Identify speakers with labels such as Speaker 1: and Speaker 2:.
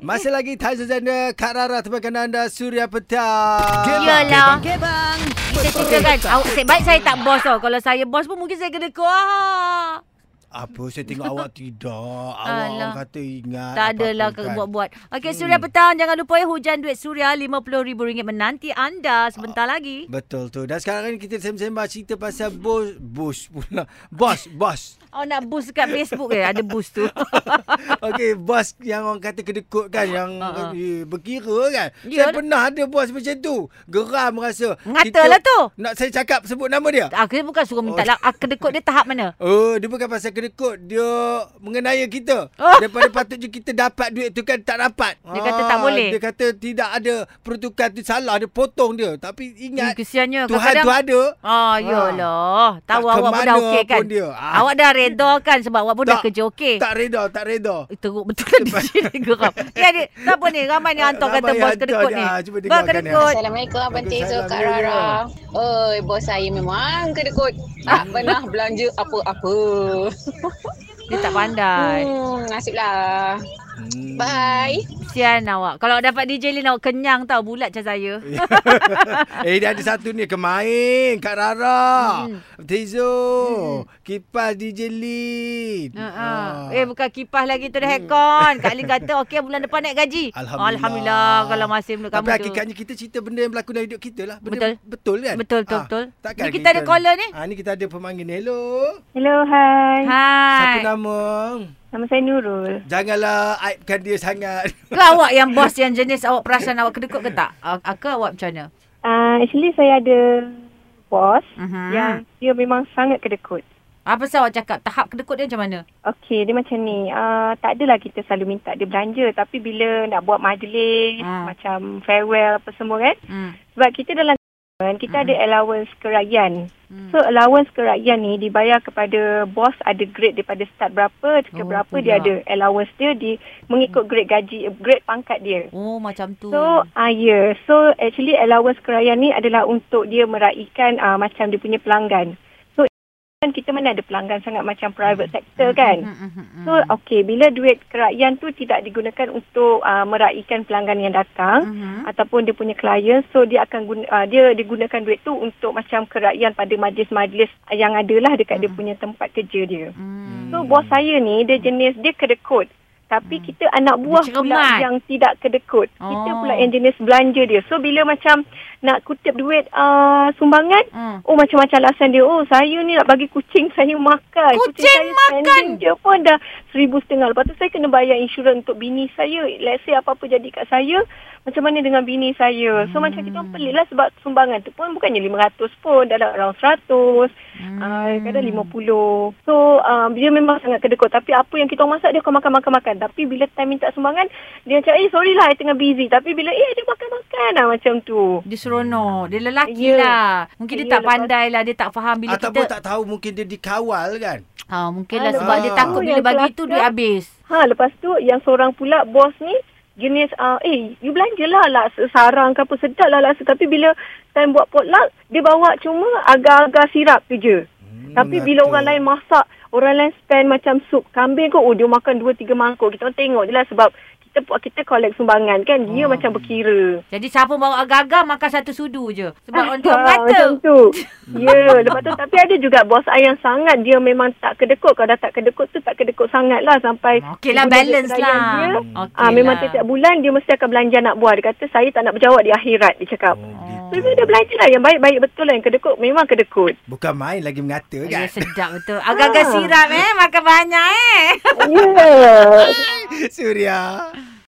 Speaker 1: Masih lagi Thai Zazana Kak Rara temankan anda Suria Petang.
Speaker 2: Yelah.
Speaker 3: Okay bang.
Speaker 2: Kita cerita kan. Awak saya baik saya tak bos tau. Kalau saya bos pun mungkin saya kena keluar.
Speaker 1: Apa saya tengok awak tidak. Awak orang
Speaker 2: Alah.
Speaker 1: kata ingat.
Speaker 2: Tak
Speaker 1: apa-apa
Speaker 2: adalah ke
Speaker 1: kan.
Speaker 2: buat-buat. Okey, Suria petang. Jangan lupa ya hujan duit Suria RM50,000 menanti anda sebentar lagi.
Speaker 1: Betul tu. Dan sekarang ni kita sembang-sembang cerita pasal bos. Bos pula. Bos, bos.
Speaker 2: Oh nak boost kat Facebook ke? Ada boost tu.
Speaker 1: Okey, bos yang orang kata kedekut kan yang uh
Speaker 2: Ha, ha.
Speaker 1: berkira kan.
Speaker 2: Ya
Speaker 1: saya
Speaker 2: lah.
Speaker 1: pernah ada bos macam tu. Geram rasa.
Speaker 2: Ngata
Speaker 1: Kita-
Speaker 2: lah tu.
Speaker 1: Nak saya cakap sebut nama dia?
Speaker 2: Aku bukan suruh minta lah. Aku kedekut dia tahap mana?
Speaker 1: Oh, dia bukan pasal kedekut. Dia mengenaya kita.
Speaker 2: Oh.
Speaker 1: Daripada patutnya kita dapat duit tu kan tak dapat. Ah,
Speaker 2: Dia kata tak boleh.
Speaker 1: Dia kata tidak ada peruntukan tu salah. Dia potong dia. Tapi
Speaker 2: Eh,
Speaker 1: ingat
Speaker 2: kesiannya.
Speaker 1: Tuhan tu
Speaker 2: Kadang-kadang-
Speaker 1: ada.
Speaker 2: Oh, yolah. Tahu
Speaker 1: Tak ke
Speaker 2: awak pun dah
Speaker 1: mana
Speaker 2: okey kan?
Speaker 1: pun dia. Ah.
Speaker 2: Awak dah reda kan sebab awak pun dah
Speaker 1: Tak.
Speaker 2: kerja okey.
Speaker 1: Tak reda, tak reda.
Speaker 2: Eh, Teruk betul kan DJ ni geram. Ya, ni, siapa ni? Ramai ni hantar
Speaker 1: Ramai
Speaker 2: kata
Speaker 1: yang
Speaker 2: bos
Speaker 1: hantar
Speaker 2: kedekut
Speaker 1: ni.
Speaker 2: ni.
Speaker 1: Ah, cuba
Speaker 2: Bos
Speaker 1: dengarkan ni.
Speaker 2: kedekut.
Speaker 4: Assalamualaikum Abang Tezo Kak
Speaker 1: Waalaikumsalam,
Speaker 4: Rara. Oi, bos saya memang kedekut. Tak pernah belanja apa-apa.
Speaker 2: Dia tak pandai.
Speaker 4: Hmm, nasiblah.
Speaker 1: Hmm.
Speaker 4: Bye.
Speaker 2: Kesian awak. Kalau awak dapat DJ Lin, awak kenyang tau. Bulat macam saya.
Speaker 1: eh, dia ada satu ni. Kemain, Kak Rara.
Speaker 2: Hmm.
Speaker 1: Tezo. Kipas DJ Lin.
Speaker 2: Ha, ha.
Speaker 1: ah.
Speaker 2: Eh bukan kipas lagi tu dah hackon. Kak Lin kata okey bulan depan naik gaji.
Speaker 1: Alhamdulillah.
Speaker 2: Alhamdulillah kalau masih menurut
Speaker 1: Tapi
Speaker 2: kamu tu.
Speaker 1: hakikatnya kita cerita benda yang berlaku dalam hidup kita lah. Benda
Speaker 2: Betul.
Speaker 1: Betul kan?
Speaker 2: Betul, betul,
Speaker 1: Ah,
Speaker 2: betul.
Speaker 1: Takkan
Speaker 2: Ni kita ada caller ni.
Speaker 1: Ha, ni kita ada pemanggil ni. Hello.
Speaker 5: Hello, hai.
Speaker 1: Siapa
Speaker 2: Hai.
Speaker 1: nama?
Speaker 5: Nama saya Nurul.
Speaker 1: Janganlah aibkan dia sangat.
Speaker 2: Ke awak yang bos yang jenis awak perasan awak kedekut ke tak? Ah, ah, Ke awak macam mana?
Speaker 5: Uh, actually, saya ada bos
Speaker 2: Mhm.
Speaker 5: yang dia memang sangat kedekut.
Speaker 2: Apa sah awak cakap? Tahap kedekut dia macam mana?
Speaker 5: Okey, dia macam ni. Uh, tak adalah kita selalu minta dia belanja. Tapi bila nak buat majlis,
Speaker 2: Hmm.
Speaker 5: macam farewell apa semua kan.
Speaker 2: Hmm.
Speaker 5: Sebab kita dalam kerajaan, kita ada allowance kerajaan.
Speaker 2: Hmm.
Speaker 5: So, allowance kerajaan ni dibayar kepada bos ada grade daripada start berapa, ke
Speaker 2: Oh,
Speaker 5: berapa
Speaker 2: tu
Speaker 5: dia
Speaker 2: lah.
Speaker 5: ada. Allowance dia di, mengikut grade gaji, grade pangkat dia.
Speaker 2: Oh macam tu.
Speaker 5: So, ah ya. Yeah. So, actually allowance kerayaan ni adalah untuk dia meraihkan ah, macam dia punya pelanggan. So, kan kita mana ada pelanggan sangat macam private sector kan.
Speaker 2: Hmm, hmm, hmm,
Speaker 5: So, okey, bila duit kerayaan tu tidak digunakan untuk ah, meraihkan pelanggan yang datang
Speaker 2: Mhm.
Speaker 5: ataupun dia punya klien, so dia akan guna, ah, dia digunakan duit tu untuk macam kerayaan pada majlis-majlis yang adalah dekat dia punya tempat kerja dia.
Speaker 2: Hmm.
Speaker 5: So bos saya ni dia jenis dia kedekut. Tapi kita anak buah
Speaker 2: Dia
Speaker 5: pula
Speaker 2: cermat.
Speaker 5: yang tidak kedekut. Kita
Speaker 2: Oh.
Speaker 5: pula yang jenis belanja dia. So bila macam nak kutip duit uh, sumbangan,
Speaker 2: Hmm.
Speaker 5: oh macam-macam alasan dia. Oh saya ni nak bagi kucing saya makan.
Speaker 2: Kucing
Speaker 5: saya spending dia pun dah seribu setengah. Lepas tu saya kena bayar insurans untuk bini saya. Let's say apa-apa jadi kat saya, macam mana dengan bini saya. So macam kita orang
Speaker 2: Hmm.
Speaker 5: pelik lah sebab sumbangan tu pun bukannya RM500 pun. Dah ada around RM100. Ah,
Speaker 2: Hmm.
Speaker 5: kadang RM50. So, uh, dia memang sangat kedekut. Tapi apa yang kita orang masak, dia akan makan-makan-makan. Tapi bila time minta sumbangan, dia macam, eh sorry lah, I tengah busy. Tapi bila, eh dia makan-makan lah macam tu.
Speaker 2: Dia seronok. Dia lelaki
Speaker 5: Ya.
Speaker 2: lah. Mungkin dia
Speaker 5: Ya,
Speaker 2: tak
Speaker 5: lepas-
Speaker 2: pandai lah. Dia tak faham bila
Speaker 1: Ataupun
Speaker 2: kita...
Speaker 1: Ah, tak tahu mungkin dia dikawal kan?
Speaker 2: Ha, mungkin lah
Speaker 5: Ah,
Speaker 2: sebab
Speaker 1: lepas
Speaker 2: dia
Speaker 1: tu
Speaker 2: takut bila
Speaker 5: yang
Speaker 2: bagi tu
Speaker 5: kelakar-
Speaker 2: duit habis.
Speaker 5: Ha, lepas tu yang seorang pula bos ni, jenis, uh, eh you belanjalah laksa sarang ke apa, sedap lah laksa. Tapi bila time buat potluck, dia bawa cuma agar-agar sirap tu je.
Speaker 1: Hmm,
Speaker 5: Tapi bila orang lain masak, orang lain spend macam sup kambing kot, oh dia makan 2 3 mangkuk. Kita orang tengok je lah sebab kita kita collect sumbangan kan. Dia
Speaker 2: Hmm.
Speaker 5: macam berkira.
Speaker 2: Jadi siapa bawa agak-agak makan satu sudu je. Sebab orang
Speaker 5: Ah,
Speaker 2: orang kata.
Speaker 5: Macam tu. ya, lepas tu tapi ada juga bos saya yang sangat dia memang tak kedekut. Kalau dah tak kedekut tu tak kedekut sangat lah sampai
Speaker 2: Okey lah
Speaker 5: guna duit
Speaker 2: balance
Speaker 5: kerajaan
Speaker 2: lah.
Speaker 5: Dia,
Speaker 2: Okey
Speaker 5: ah, memang
Speaker 2: lah.
Speaker 5: setiap bulan dia mesti akan belanja anak buah. Dia kata saya tak nak berjawab di akhirat dia cakap.
Speaker 1: Oh,
Speaker 5: So
Speaker 1: gitu.
Speaker 5: dia dia belanja lah yang baik-baik betul lah yang kedekut memang kedekut.
Speaker 1: Bukan main lagi mengata
Speaker 2: Ya
Speaker 1: kan?
Speaker 2: sedap betul.
Speaker 5: Ah.
Speaker 2: Agak-agak sirap eh. Makan banyak eh.
Speaker 5: Ya. Yeah.
Speaker 1: Surya.